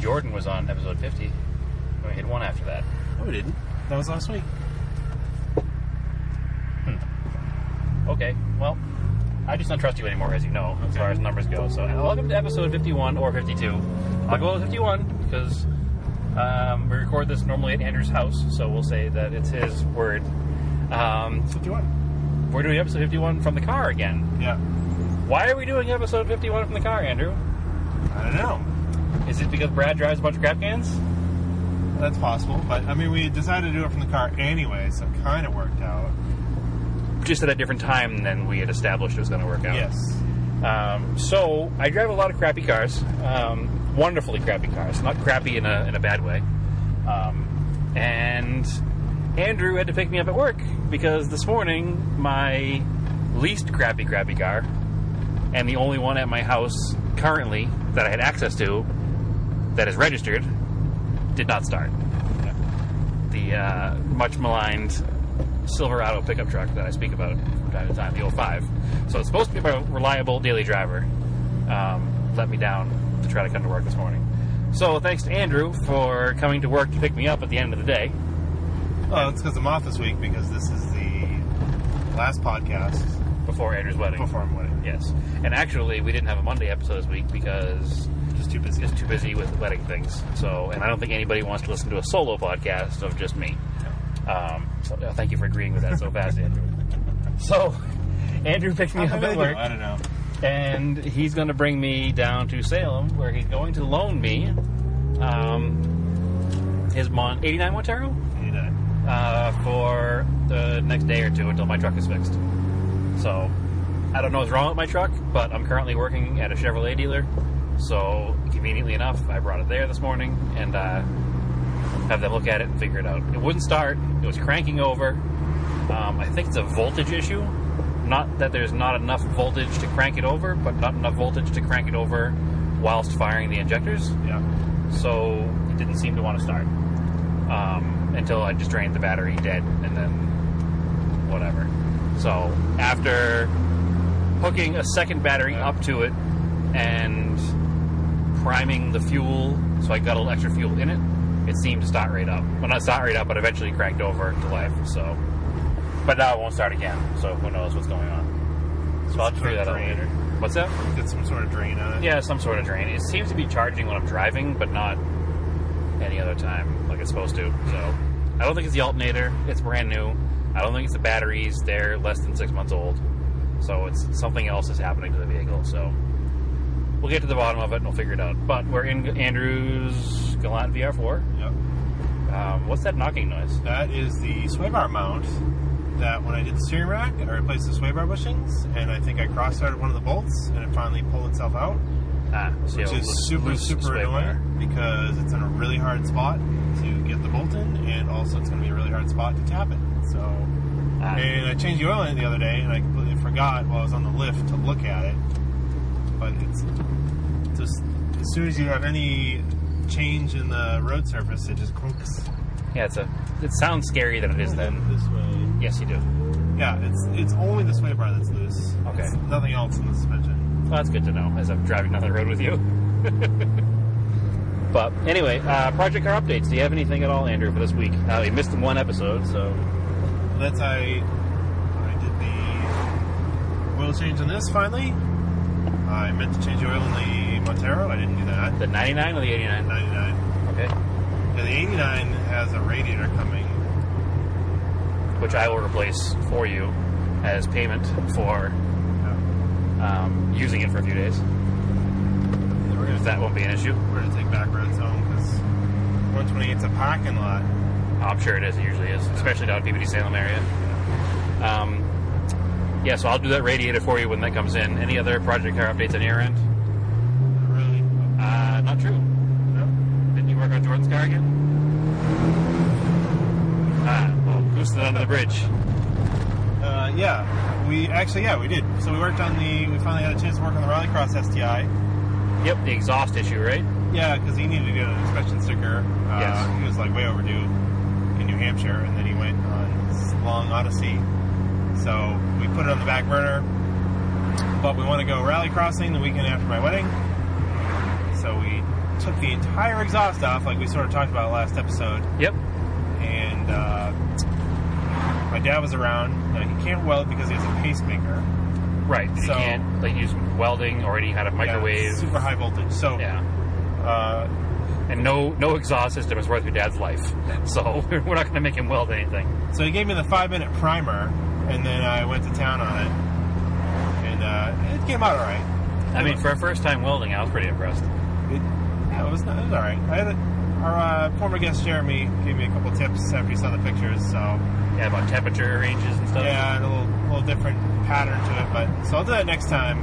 Jordan was on episode 50. And we had one after that. No, we didn't. That was last week. Okay, well, I just don't trust you anymore, as you know, as Okay. far as numbers go. So, uh, welcome to episode 51 or 52. I'll go with 51 because um, we record this normally at Andrew's house, so we'll say that it's his word. Um, That's what you want. we're doing episode 51 from the car again. Yeah. Why are we doing episode 51 from the car, Andrew? I don't know. Is it because Brad drives a bunch of crap cans? That's possible, but I mean, we decided to do it from the car anyway, so it kind of worked out. Just at a different time than we had established it was going to work out. Yes. Um, so I drive a lot of crappy cars, um, wonderfully crappy cars, not crappy in a, in a bad way. Um, and Andrew had to pick me up at work because this morning my least crappy crappy car and the only one at my house currently that I had access to that is registered did not start. The uh, much maligned Silverado pickup truck that I speak about from time to time, the 05. So it's supposed to be my reliable daily driver. Um, let me down to try to come to work this morning. So thanks to Andrew for coming to work to pick me up at the end of the day. Well, it's because I'm off this week because this is the last podcast before Andrew's wedding. before I'm wedding. Yes. And actually, we didn't have a Monday episode this week because Just too busy. it's too busy with wedding things. So, and I don't think anybody wants to listen to a solo podcast of just me. Um, so uh, thank you for agreeing with that so fast, Andrew. So, Andrew picked me How up come at they do? work. I don't know. and he's going to bring me down to Salem, where he's going to loan me um, his Mon 89 Montero You know. uh, for the next day or two until my truck is fixed. So I don't know what's wrong with my truck, but I'm currently working at a Chevrolet dealer. So conveniently enough, I brought it there this morning and uh, have them look at it and figure it out. It wouldn't start. It was cranking over. Um, I think it's a voltage issue. Not that there's not enough voltage to crank it over, but not enough voltage to crank it over whilst firing the injectors Yeah. so it didn't seem to want to start um, until I just drained the battery dead and then whatever. So after hooking a second battery up to it and priming the fuel, so I got a little extra fuel in it, it seemed to start right up. Well, not start right up, but eventually cranked over to life. So, but now it won't start again. So who knows what's going on? So I'll Some figure sort that of out drain. later. What's that? Get some sort of drain on it. Yeah, some sort of drain. It seems to be charging when I'm driving, but not any other time like it's supposed to. So I don't think it's the alternator. It's brand new. I don't think it's the batteries. They're less than six months old. So it's something else is happening to the vehicle. So we'll get to the bottom of it and we'll figure it out. But we're in Andrew's Galant VR4. Yep. Um, what's that knocking noise? That is the sway bar mount that when I did the steering rack, I replaced the sway bar bushings, and I think I cross threaded one of the bolts, and it finally pulled itself out, Ah, so which yeah, is loose- super, loose super sway annoying bar. because it's in a really hard spot to get the bolt in, and also it's going to be a really hard spot to tap it. So, Ah. and I changed the oil in it the other day, and I completely forgot while I was on the lift to look at it. But it's just as soon as you have any change in the road surface, it just clinks. Yeah, it's a. It sounds scary than it is then. this way? Yes, you do. Yeah, it's it's only the sway bar that's loose. Okay. It's nothing else in the suspension. Well, that's good to know as I'm driving down the road with you. but anyway, uh, Project Car updates. Do you have anything at all, Andrew, for this week? Uh, we missed one episode, so That's I I did the oil change on this finally. I meant to change the oil in the Montero. I didn't do that. the 99 or the 89? 99. Okay. Yeah, the 89 has a radiator coming. Which I will replace for you as payment for Yeah. um, using it for a few days. We're gonna That won't be an issue. we're gonna take back roads home because 128's a parking lot. I'm sure it is. It usually is, especially down in PBD Salem area. Um, yeah, so I'll do that radiator for you when that comes in. Any other Project Car updates on your end? Really? Uh, not true. No. Didn't you work on Jordan's car again? Ah, well, boosted under the bridge. Uh, yeah, we actually yeah we did. So we worked on the we finally had a chance to work on the Rallycross STI. Yep, the exhaust issue, right? Yeah, because he needed to get an inspection sticker. Uh, Yes. He was like way overdue in New Hampshire, and then he went on his long odyssey. So we put it on the back burner. But we want to go rally crossing the weekend after my wedding. So we took the entire exhaust off, like we sort of talked about last episode. Yep. And uh, my dad was around. Now, he can't weld because he has a pacemaker. Right. So, you So- can't like use welding or any kind of Yeah, microwave. it's super high voltage. So yeah. uh, And no no exhaust system is worth your dad's life. So we're not going to make him weld anything. So he gave me the five minute primer, and then I went to town on it, and uh, it came out all right. I mean, for a first time welding, I was pretty impressed. it, yeah, it was not, it was all right. I had a, our uh, former guest Jeremy gave me a couple tips after he saw the pictures. So Yeah, about temperature ranges and stuff. yeah, I had a little little different pattern to it, but so I'll do that next time.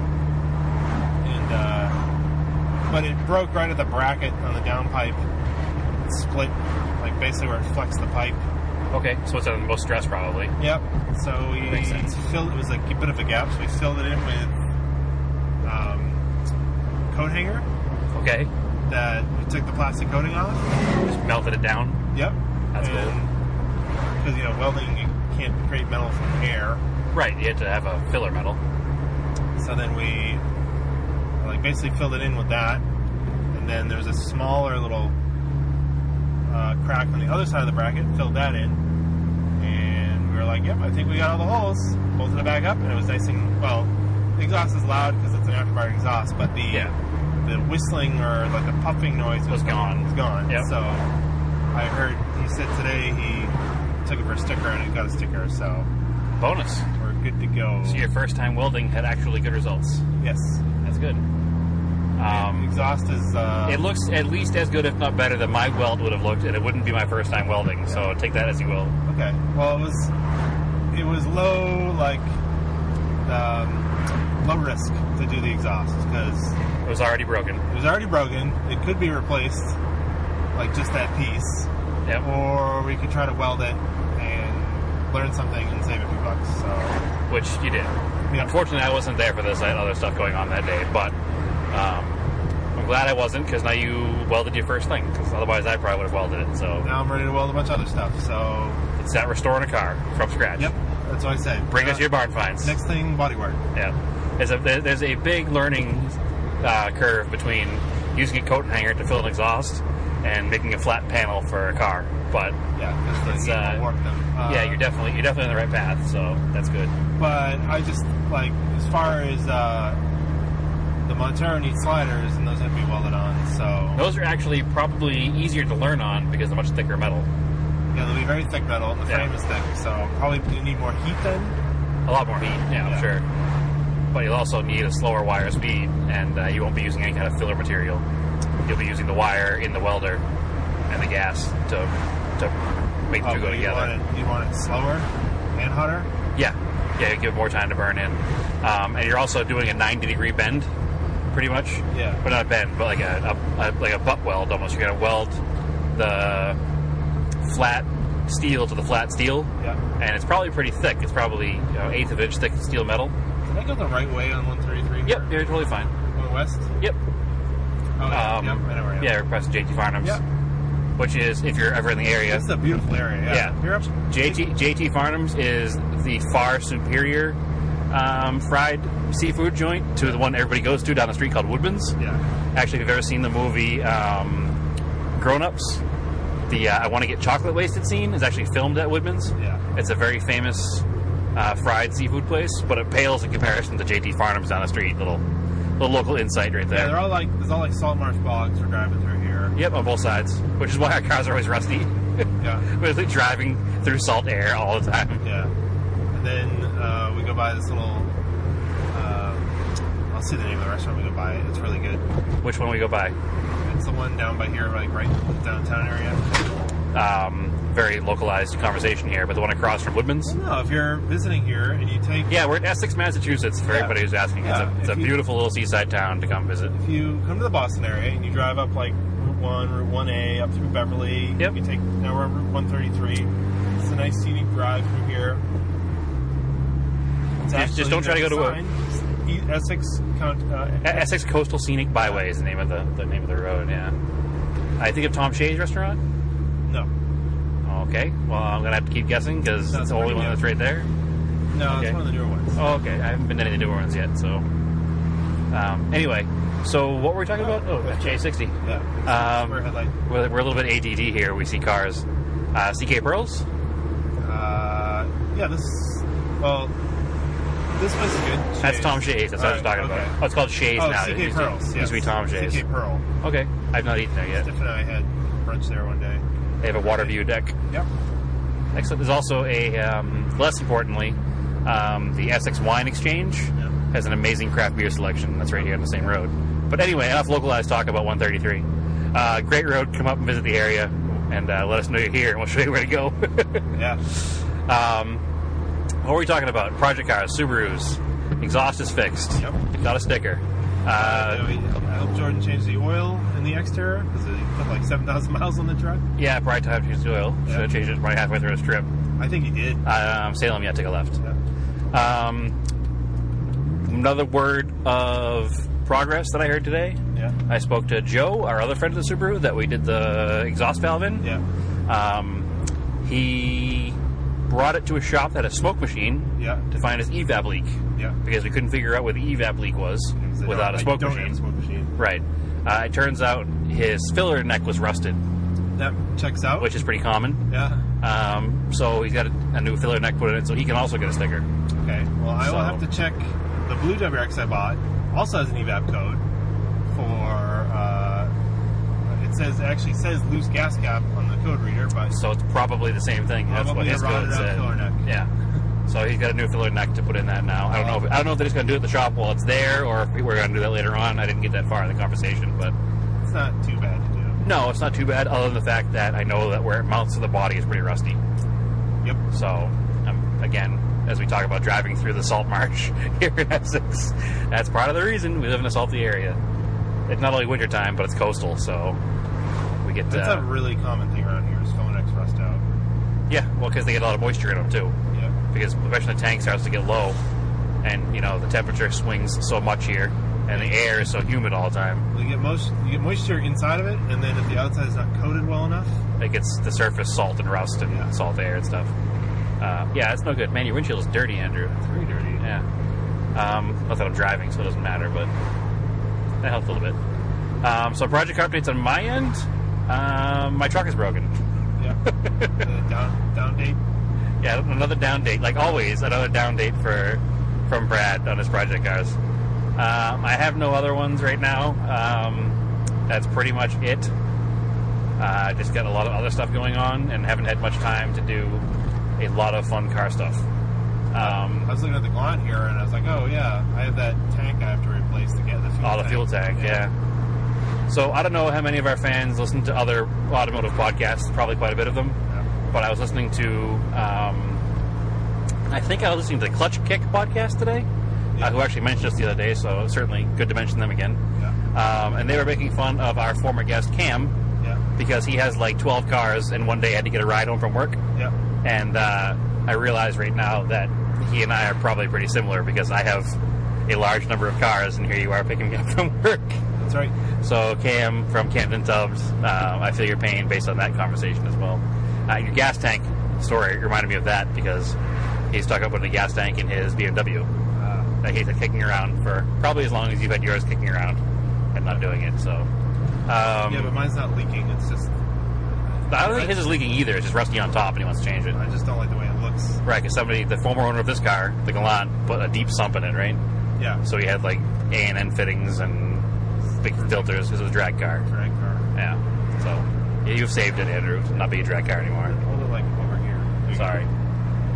And uh, but it broke right at the bracket on the downpipe. It split like basically where it flexed the pipe. Okay, so it's the most stress probably. Yep. So we Makes sense. filled. It was like a bit of a gap, so we filled it in with um, coat hanger Okay, that we took the plastic coating off. just melted it down. Yep. That's cool. Because you know welding, you can't create metal from air. Right, you had to have a filler metal. So then we like basically filled it in with that, and then there was a smaller little uh, crack on the other side of the bracket. Filled that in, and we were like, "Yep, I think we got all the holes." Bolted it back up, and it was nice and well. The exhaust is loud because it's an afterburner exhaust, but the Yeah. the whistling or like the puffing noise was, Was gone. Was gone. Yep. So I heard he said today he took it for a sticker and it got a sticker, so Bonus. we're good to go. So your first time welding had actually good results. yes. That's good. Um, exhaust is uh, it looks at least as good, if not better, than my weld would have looked, and it wouldn't be my first time welding. So take that as you will. okay. Well, it was it was low like um, low risk to do the exhaust because It was already broken. it was already broken. It could be replaced, like just that piece, Yep. or we could try to weld it and learn something and save a few bucks. So Which you did. Yeah. Unfortunately, I wasn't there for this. I had other stuff going on that day, but um, I'm glad I wasn't because now you welded your first thing. Because otherwise, I probably would have welded it. So now I'm ready to weld a bunch of other stuff. So it's that restoring a car from scratch. yep, that's what I said. Bring us Uh, your barn finds. next thing bodywork. Yeah, there's a there- there's a big learning uh, curve between using a coat hanger to fill an exhaust and making a flat panel for a car. But Yeah, because It's, the heat uh, will warp them. Uh, yeah, you're definitely you're definitely on the right path, so that's good. but I just like as far as uh, the Montero needs sliders, and those have to be welded on. So Those are actually probably easier to learn on because they're much thicker metal, yeah, they'll be very thick metal, and the Yeah. frame is thick. So probably you need more heat then. a lot more heat. Yeah, I'm Yeah. sure. But you'll also need a slower wire speed, and uh, you won't be using any kind of filler material. You'll be using the wire in the welder and the gas to to make the two Probably go you together. want it, you want it slower and hotter. Yeah, yeah, you give it more time to burn in, um, and you're also doing a 90 degree bend, pretty much. Yeah. but not a bend, but like a, a, a like a butt weld almost. You're gonna weld the flat steel to the flat steel, Yeah, and it's probably pretty thick. It's probably you know, eighth of an inch thick steel metal. did I go the right way on 133? Yep, you're totally fine. going west. Yep, Oh, yeah, um, yep, I know where I am. yeah, we're pressing JT Farnham's, Yep. which is if you're ever in the area. This is a beautiful area. Yeah, Yeah. you're up. JT, JT Farnham's is the far superior um, fried seafood joint to the one everybody goes to down the street called Woodman's. Yeah, Actually, if you've ever seen the movie um, Grown Ups, the uh, I Want to Get Chocolate Wasted scene is actually filmed at Woodman's. Yeah. It's a very famous uh, fried seafood place, but it pales in comparison to JT Farnham's down the street. Little, little local insight right yeah, there. they're all like there's all like salt marsh bogs we're driving through here. yep, on both sides, which is why our cars are always rusty. Yeah. We're like driving through salt air all the time. Yeah. And then uh, we go by this little. um I'll see the name of the restaurant we go by. It's really good. Which one we go by? It's the one down by here, like right downtown area. um, very localized conversation here, but the one across from Woodman's. No, if you're visiting here and you take. Yeah, we're in Essex, Massachusetts, for Yeah. everybody who's asking. Yeah, It's a, it's if a you- beautiful little seaside town to come visit. If E, you come to the Boston area and you drive up like Route 1, Route 1A, up through Beverly, Yep. you take. Now we're on Route 133. It's a nice scenic drive through here. It's Just- just don't try to go to a- to a. E, Essex County. E- Uh, Essex Coastal Scenic Byway is the name of the, the name of the road. Yeah, I think of Tom Shay's restaurant. no. Okay, well I'm gonna have to keep guessing because Sounds it's the only pretty good. one that's right there. No, Okay. it's one of the newer ones. Oh, okay, I haven't been to any of the newer ones yet. So, um, anyway, So what were we talking about? Oh, J60. Yeah. Um, Square headlight. We're, we're a little bit ADD here. We see cars. Uh, CK Pearls. Uh, yeah, this. Well, this was good. That's Shades. Tom Shays. That's what I was Alright, talking okay. about. Oh, it's called Shays Oh, now. CK It used to- Pearls. Used yes. to be Tom Shays. CK Pearl. Okay. I've not eaten there yet. Steph and I had brunch there one day. They have a water view deck. Yep. Excellent. There's also a um, less importantly, um, the Essex Wine Exchange Yeah. has an amazing craft beer selection. That's right here on the same road. But anyway, enough localized talk about 133. Uh, great road. Come up and visit the area, and uh, let us know you're here, and we'll show you where to go. Uh, Yeah. um, what were we talking about? Project cars, Subarus, exhaust is fixed. Yep. Got a sticker. Uh, Uh, we helped Jordan change the oil in the Xterra because it put like 7,000 miles on the truck. yeah, probably time to change the oil. Should Yeah. have changed it probably halfway through a strip. I think he did. Um, Salem, yeah, take a left. Yeah. Um, another word of progress that I heard today. Yeah. I spoke to Joe, our other friend of the Subaru, that we did the exhaust valve in. Yeah. Um, he brought it to a shop that had a smoke machine Yeah. to find his evap leak Yeah. because we couldn't figure out where the evap leak was Because I without don't- a I smoke don't have machine. a smoke machine. Right. Uh, it turns out his filler neck was rusted, That checks out. which is pretty common. yeah. Um, so he's got a, a new filler neck put in, so he can also get a sticker. Okay. Well, I will So- have to check the blue WRX I bought. Also has an E evap code for. Uh, it says it actually says loose gas cap on the code reader, but So it's probably the same thing. That's Probably what his a rotted code out said. filler neck. Yeah. So he's got a new filler neck to put in that now. I don't know. If, I don't know if they're just going to do it at the shop while it's there, or if we're going to do that later on. I didn't get that far in the conversation, but it's not too bad to do. no, it's not too bad. Other than the fact that I know that where it mounts to the body is pretty rusty. Yep. So um, again, as we talk about driving through the salt marsh here in Essex, that's part of the reason we live in a salty area. It's not only wintertime, but it's coastal, so we get. That's uh, a really common thing around here is phone X rust out. yeah, well, because they get a lot of moisture in them too. Yep. because especially the tank starts to get low, and you know the temperature swings so much here, and the air is so humid all the time. You get most you get moisture inside of it, and then if the outside is not coated well enough, It gets the surface salt and rust and Yeah. salt air and stuff. Uh, yeah, it's no good. Man, your windshield is dirty, Andrew. it's very dirty. Yeah. Um, not that I'm driving, so it doesn't matter, but that helped a little bit. Um, so project updates on my end. Um, my truck is broken. Yeah. Uh, down down date. Yeah, another down date, like always, another down date for from Brad on his project cars. Um, I have no other ones right now. Um, that's pretty much it. Uh, I just got a lot of other stuff going on and haven't had much time to do a lot of fun car stuff. I Um, was looking at the Glant here, and I was like, oh yeah, I have that tank I have to replace to get the fuel. all the tank. fuel tank, yeah. So I don't know how many of our fans listen to other automotive podcasts. Probably quite a bit of them. Yeah. But I was listening to, um, I think I was listening to the Clutch Kick podcast today, Yeah. uh, who actually mentioned us the other day, so certainly good to mention them again. Yeah. Um, and they were making fun of our former guest, Cam, Yeah. because he has like 12 cars and one day had to get a ride home from work. Yeah. And uh, I realize right now that he and I are probably pretty similar because I have a large number of cars, and here you are picking me up from work. That's right. So Cam from Camden Tubbs, uh, I feel your pain based on that conversation as well. Uh, your gas tank story reminded me of that because he's talking about the gas tank in his BMW Uh, that he's had kicking around for probably as long as you've had yours kicking around and not doing it. So um, yeah, but mine's not leaking. It's just I don't think his is leaking either. It's just rusty on top, and he wants to change it. I just don't like the way it looks. Right, because somebody, the former owner of this car, the Galant, put a deep sump in it, right? Yeah. So he had like A and N fittings and big filters. 'cause It was a drag car. Drag car. Yeah. So yeah, you've saved it, Andrew. Not be a drag car anymore. Hold it like over here. There you go. Sorry.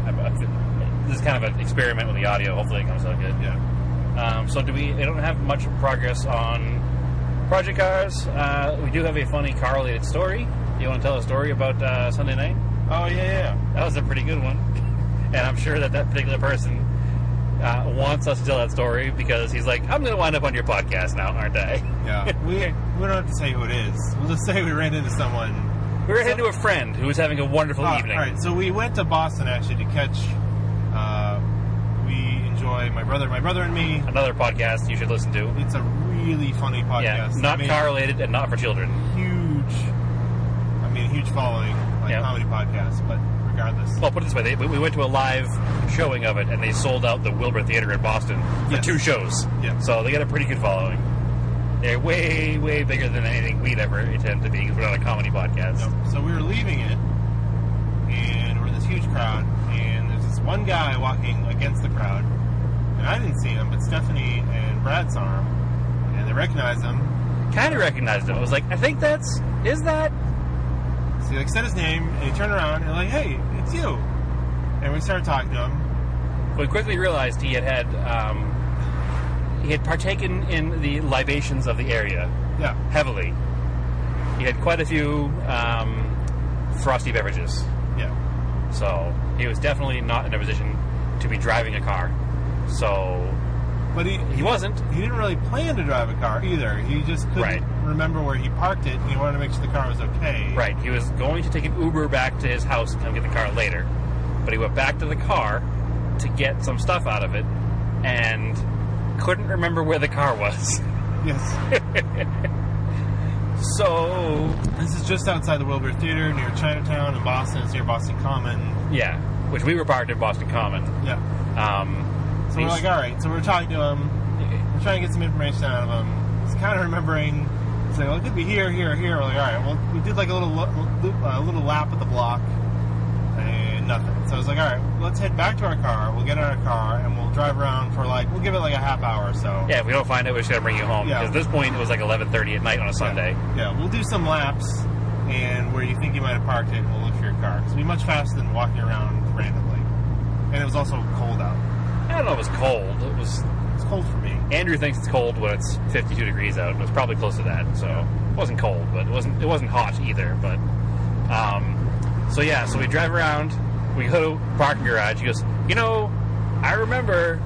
I'm- I'm- This is kind of an experiment with the audio. Hopefully, it comes out good. Yeah. Um, so, do we? I don't have much progress on project cars. Uh, we do have a funny car-related story. You want to tell a story about uh, Sunday night? Oh yeah, yeah. That was a pretty good one, and I'm sure that that particular person uh, wants us to tell that story because he's like, "I'm going to wind up on your podcast now, aren't I?" Yeah. we we don't have to say who it is. We'll just say we ran into someone We were heading to a friend who was having a wonderful Ah, evening. All right, so we went to Boston actually to catch. Uh, we enjoy my brother, my brother and me. Another podcast you should listen to. It's a really funny podcast. Yeah, I not mean, car related and not for children. Huge. I mean, huge following like Yeah. comedy podcasts, but regardless. Well, put it this way: they, we we went to a live showing of it, and they sold out the Wilbur Theater in Boston for Yes. two shows. Yeah. So they got a pretty good following. They're way, way bigger than anything we'd ever attempt to be because we're not a comedy podcast. No. So we were leaving it, and we're in this huge crowd, and there's this one guy walking against the crowd, and I didn't see him, but Stephanie and Brad saw him, and they recognized him. Kind of recognized him. I was like, I think that's is that. So he like said his name, and he turned around and like, hey, it's you, and we started talking to him. We quickly realized he had had um, he had partaken in the libations of the area Yeah, heavily. He had quite a few um, frosty beverages, yeah, so he was definitely not in a position to be driving a car. So but he he wasn't. he didn't really plan to drive a car either. He just couldn't Right. remember where he parked it, and he wanted to make sure the car was okay. Right. He was going to take an Uber back to his house and come get the car later. But he went back to the car to get some stuff out of it and couldn't remember where the car was. Yes. So, this is just outside the Wilbur Theater near Chinatown in Boston. It's near Boston Common. yeah, which we were parked at Boston Common. Yeah. Um, So we're he's- like, all right. So we're talking to him. We're trying to get some information out of him. He's kind of remembering. He's like, well, it could be here, here, here. We're like, all right. Well, we did like a little lo- loop, a little lap of the block, and nothing. So I was like, all right, let's head back to our car. We'll get in our car and we'll drive around for like, we'll give it like a half hour or so. yeah, if we don't find it, we're just going to bring you home. Yeah. Because at this point, it was like 11.30 at night on a Sunday. Yeah, we'll do some laps and where you think you might have parked it, and we'll look for your car. It's be much faster than walking around randomly. And it was also cold out. I don't know if it was cold. It was... It's cold for me. Andrew thinks it's cold when it's 52 degrees out. It was probably close to that, so it wasn't cold, but it wasn't it wasn't hot either. But um, so yeah, so we drive around. We go to a parking garage. He goes, you know, I remember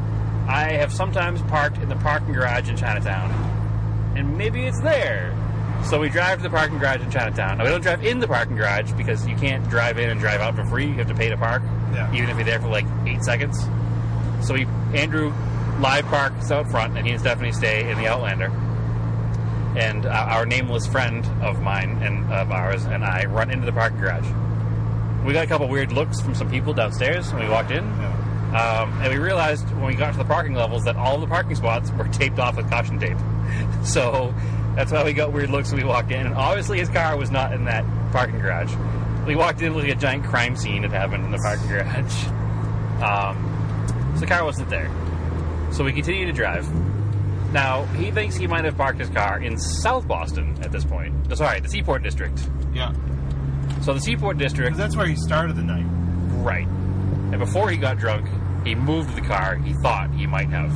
I have sometimes parked in the parking garage in Chinatown, and maybe it's there. So we drive to the parking garage in Chinatown. Now we don't drive in the parking garage because you can't drive in and drive out for free. You have to pay to park, Yeah. even if you're there for like eight seconds. So we Andrew live parks out front, and he and Stephanie stay in the Outlander. And uh, our nameless friend of mine and of ours and I run into the parking garage. We got a couple weird looks from some people downstairs when we walked in, Yeah. um, and we realized when we got to the parking levels that all the parking spots were taped off with caution tape. So that's why we got weird looks when we walked in. And obviously, his car was not in that parking garage. We walked in looking at a giant crime scene that happened in the parking garage. Um, so the car wasn't there. So we continue to drive. Now, he thinks he might have parked his car in South Boston at this point. Sorry, the Seaport District. Yeah. So the Seaport District Because that's where he started the night. Right. And before he got drunk, he moved the car he thought he might have.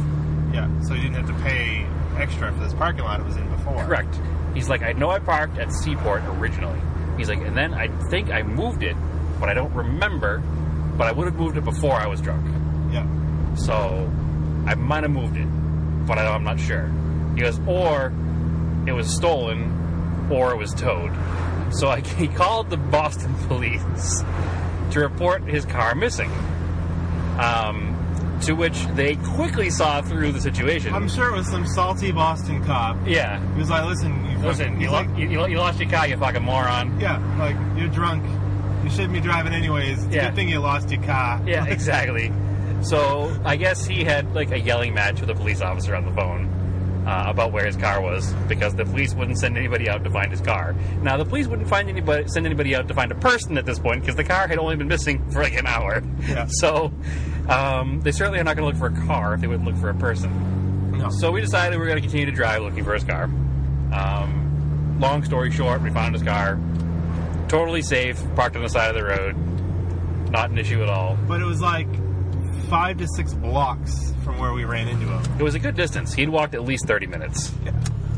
Yeah. So he didn't have to pay extra for this parking lot it was in before. Correct. He's like, I know I parked at Seaport originally. He's like, and then I think I moved it, but I don't remember. But I would have moved it before I was drunk. Yeah. So I might have moved it, but I, I'm not sure. He goes, or it was stolen, or it was towed. So I, he called the Boston police to report his car missing. Um, to which they quickly saw through the situation. I'm sure it was some salty Boston cop. yeah. He was like, listen, you fucking- Listen, you, he's lo- like, you, you lost your car, you fucking moron. yeah, like, you're drunk. You shouldn't be driving anyways. It's a Yeah. good thing you lost your car. Yeah, exactly. So I guess he had like a yelling match with a police officer on the phone uh, about where his car was because the police wouldn't send anybody out to find his car. Now the police wouldn't find anybody send anybody out to find a person at this point because the car had only been missing for like an hour. Yeah. So um, they certainly are not going to look for a car if they wouldn't look for a person. No. So we decided we were going to continue to drive looking for his car. Um, long story short, we found his car. Totally safe, parked on the side of the road. Not an issue at all. But it was like five to six blocks from where we ran into him. It was a good distance. He'd walked at least 30 minutes. Yeah.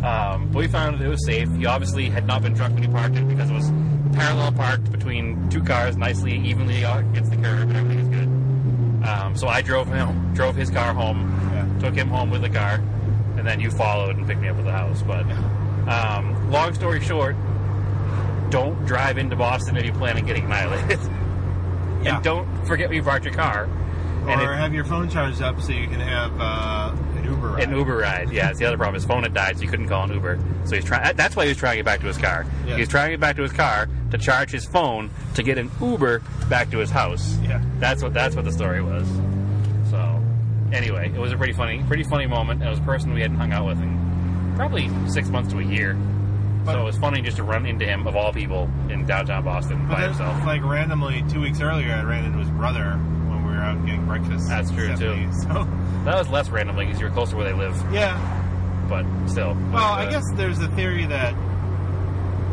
Um, but we found that it was safe. He obviously had not been drunk when he parked it because it was parallel parked between two cars, nicely, evenly uh, against the curb, and everything was good. Um, so I drove him, drove his car home, Yeah. took him home with the car, and then you followed and picked me up at the house. But um, long story short, don't drive into Boston if you plan on getting annihilated. Yeah. And don't forget where you parked your car. And or if- have your phone charged up so you can have uh, an Uber ride. An Uber ride, yeah. It's the other problem. His phone had died, so he couldn't call an Uber. So he's trying. That's why he was trying to get back to his car. Yeah. He was trying to get back to his car to charge his phone to get an Uber back to his house. Yeah. That's what. That's what the story was. So, anyway, it was a pretty funny, pretty funny moment. It was a person we hadn't hung out with in probably six months to a year. But- so it was funny just to run into him of all people in downtown Boston But by then, himself. like randomly, two weeks earlier, I ran into his brother when we were out getting breakfast. That's true, in too. Stephanie, So That was less randomly because you were closer to where they live, yeah. but still. Well, I Uh, guess there's a theory that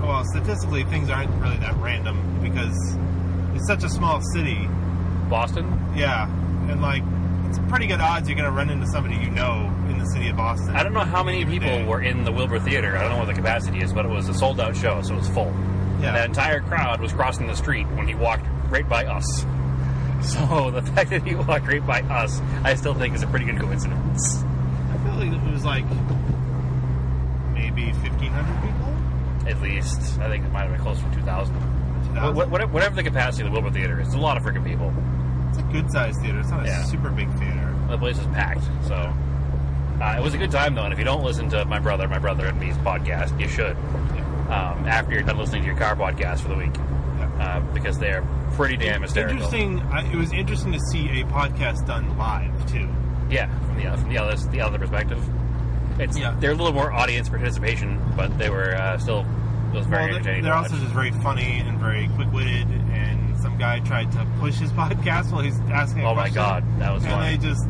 well, statistically, things aren't really that random because it's such a small city. Boston. Yeah, and like it's pretty good odds you're gonna run into somebody you know in the city of Boston. I don't know how many Every people day. were in the Wilbur Theater. I don't know what the capacity is, but it was a sold out show, so it was full. Yeah. And that entire crowd was crossing the street when he walked right by us. So the fact that he walked right by us, I still think is a pretty good coincidence. I feel like it was like maybe 1,500 people. At least. I think it might have been close to 2,000. Wha- wha- whatever- Whatever the capacity of the Wilbur Theater is, it's a lot of freaking people. It's a good sized theater. It's not a Yeah. super big theater. The place is packed, so. Uh, it was a good time, though, and if you don't listen to My Brother, My Brother and Me's podcast, you should. Yeah. Um, after you're done listening to your car podcast for the week, Yeah. uh, because they're pretty damn hysterical. Interesting. I, it was interesting to see a podcast done live too. Yeah, from the from the other the other perspective, it's Yeah. they're a little more audience participation, but they were uh, still it was very Well, they- entertaining. they're to also watch. just very funny and very quick witted. And some guy tried to push his podcast while he's asking. A oh my question, god, that was And fun. they just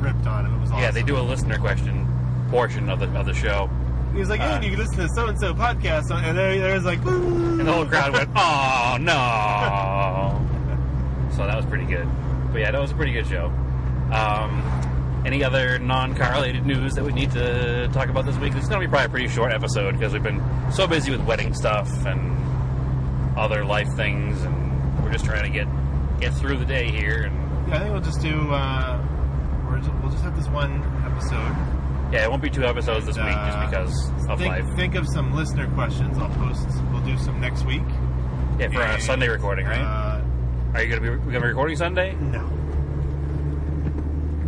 ripped on him. It was awesome. Yeah, they do a listener question portion of the of the show, He was like, "Hey, uh, you can listen to so and so podcast," on- and there, there was like, "Boo!" and the whole crowd went, "Oh no!" so that was pretty good. But yeah, that was a pretty good show. Um, any other non-car related news that we need to talk about this week? It's going to be probably a pretty short episode because we've been so busy with wedding stuff and other life things, and we're just trying to get get through the day here. And Yeah, I think we'll just do. Uh, we're just, we'll just have this one episode. yeah, it won't be two episodes this week just Uh, because of think, life. Think of some listener questions. I'll post. We'll do some next week. Yeah, for a and, Sunday recording, right? Uh, Are you going to be going to be recording Sunday? no.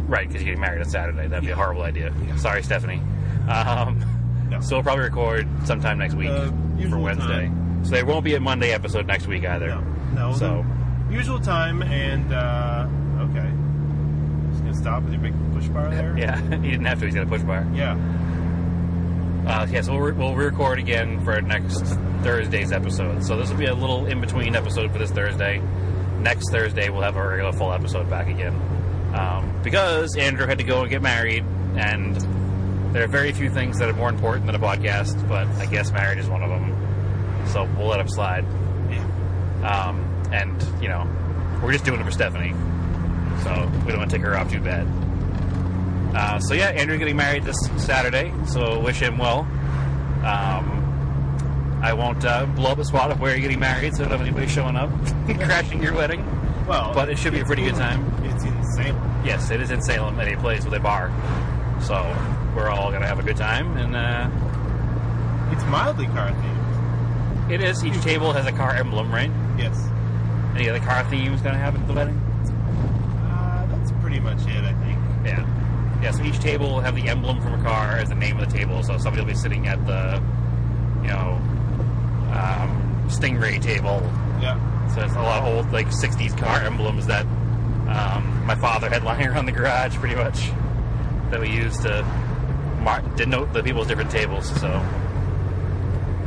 Right, because you're getting married on Saturday. That'd be a Yeah. horrible idea. Yeah. Sorry, Stephanie. Um, No. So we'll probably record sometime next week Uh, for usual Wednesday. time. So there won't be a Monday episode next week either. No. No. So the Usual time and uh, okay. Just gonna stop with your big push bar there. yeah, he didn't have to. He's got a push bar. Yeah. Uh, yeah, so we'll, re- we'll record again for next Thursday's episode. So this will be a little in between episode for this Thursday. Next Thursday, we'll have our regular full episode back again. Um, because Andrew had to go and get married, and there are very few things that are more important than a podcast, but I guess married is one of them. So we'll let him slide. Yeah. Um, and, you know, we're just doing it for Stephanie. So we don't want to take her off too bad. Uh, so, yeah, Andrew getting married this Saturday. So wish him well. Um, I won't uh, blow up a spot of where you're getting married so I don't have anybody showing up crashing your wedding. Well, But it should be a pretty good time. It's insane. Yes, it is in Salem at a place with a bar. So we're all going to have a good time. And uh, It's mildly car themed. it is. Each table has a car emblem, right? Yes. Any other car themes going to happen at the wedding? Uh, that's pretty much it, I think. Yeah. Yeah, so each table will have the emblem from a car as the name of the table. So somebody will be sitting at the, you know, um, Stingray table. Yeah. So it's a lot of old, like, 60s car emblems that um, my father had lying around the garage, pretty much, that we used to mark, denote the people's different tables. So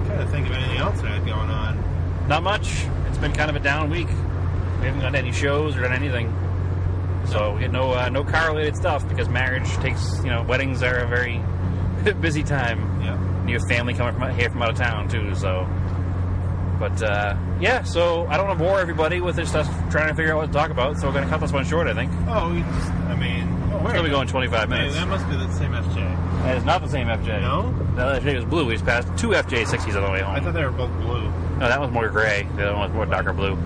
trying to think of anything else I had going on. not much. It's been kind of a down week. We haven't done any shows or done anything. So we get no uh, no car related stuff because marriage takes you know weddings are a very busy time. Yeah. And you have family coming from out here from out of town too. So, but uh, yeah. So I don't want to bore everybody with this stuff trying to figure out what to talk about. So we're going to cut this one short. I think. Oh, we just. I mean. Oh, We're where? going to be going 25 Hey, minutes. that must be the same FJ. That is not the same FJ. No? That FJ was blue. We just passed two FJ60s on the way home. I thought they were both blue. No, that one's more gray. The other one's more darker blue.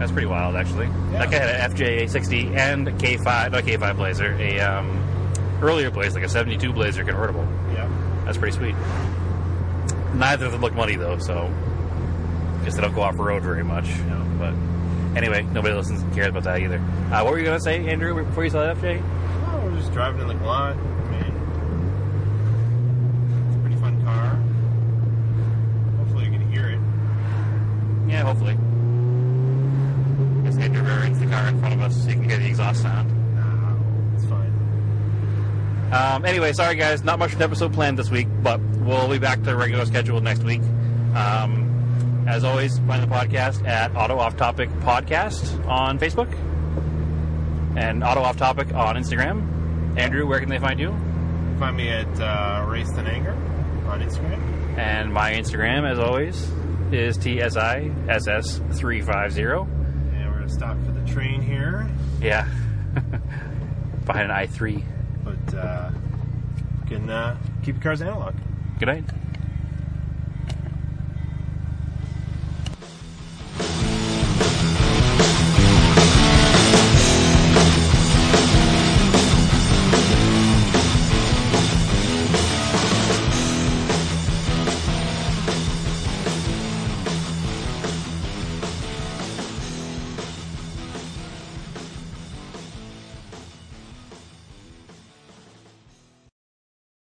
That's pretty wild, actually. Yeah. That guy had an FJ60 and a K5, not a K5 Blazer, a um, earlier Blazer, like a '72 Blazer convertible. Yeah. That's pretty sweet. Neither of them look money though, so because they don't go off road very much. You know, but anyway, nobody listens and cares about that either. Uh, what were you gonna say, Andrew, before you saw that FJ? Oh, we're just driving in the lot. I mean, it's a pretty fun car. Hopefully, you can hear it. Yeah, hopefully. Because Andrew rear ends the car in front of us, so you can hear the exhaust sound. No, it's fine. Um, anyway, sorry guys, not much of an episode planned this week, but we'll be back to regular schedule next week. Um, as always, find the podcast at Auto Off Topic Podcast on Facebook and Auto Off Topic on Instagram. Andrew, where can they find you? Find me at uh, Race and Anger on Instagram. And my Instagram, as always, is TSISS350. And we're going to stop for the train here. Yeah. Behind an I3. But uh, you can uh, keep your cars analog. Good night.